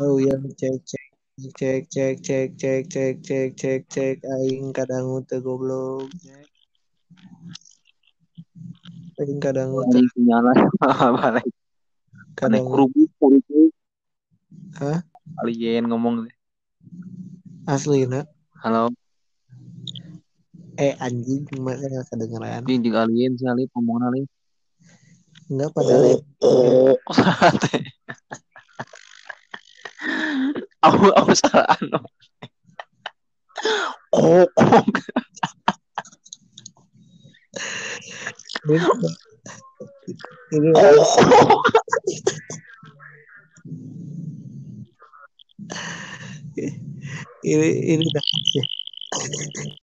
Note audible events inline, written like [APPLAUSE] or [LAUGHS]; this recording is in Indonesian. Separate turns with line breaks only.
Oh yang cek cek cek cek cek cek cek cek cek cek aing kadang teu goblok cek. aing kadang teu
Ini nyala [LAUGHS] apa lagi?
kadang
Kadang kerubuk kerubuk.
hah
Alien ngomong.
aslina
Halo,
eh anjing masa nggak kedengeran
ini juga alien sih alien ngomong alien.
enggak padahal ya.
Aku aku salah anu. Oh, oh.
ini ini ini ini dah.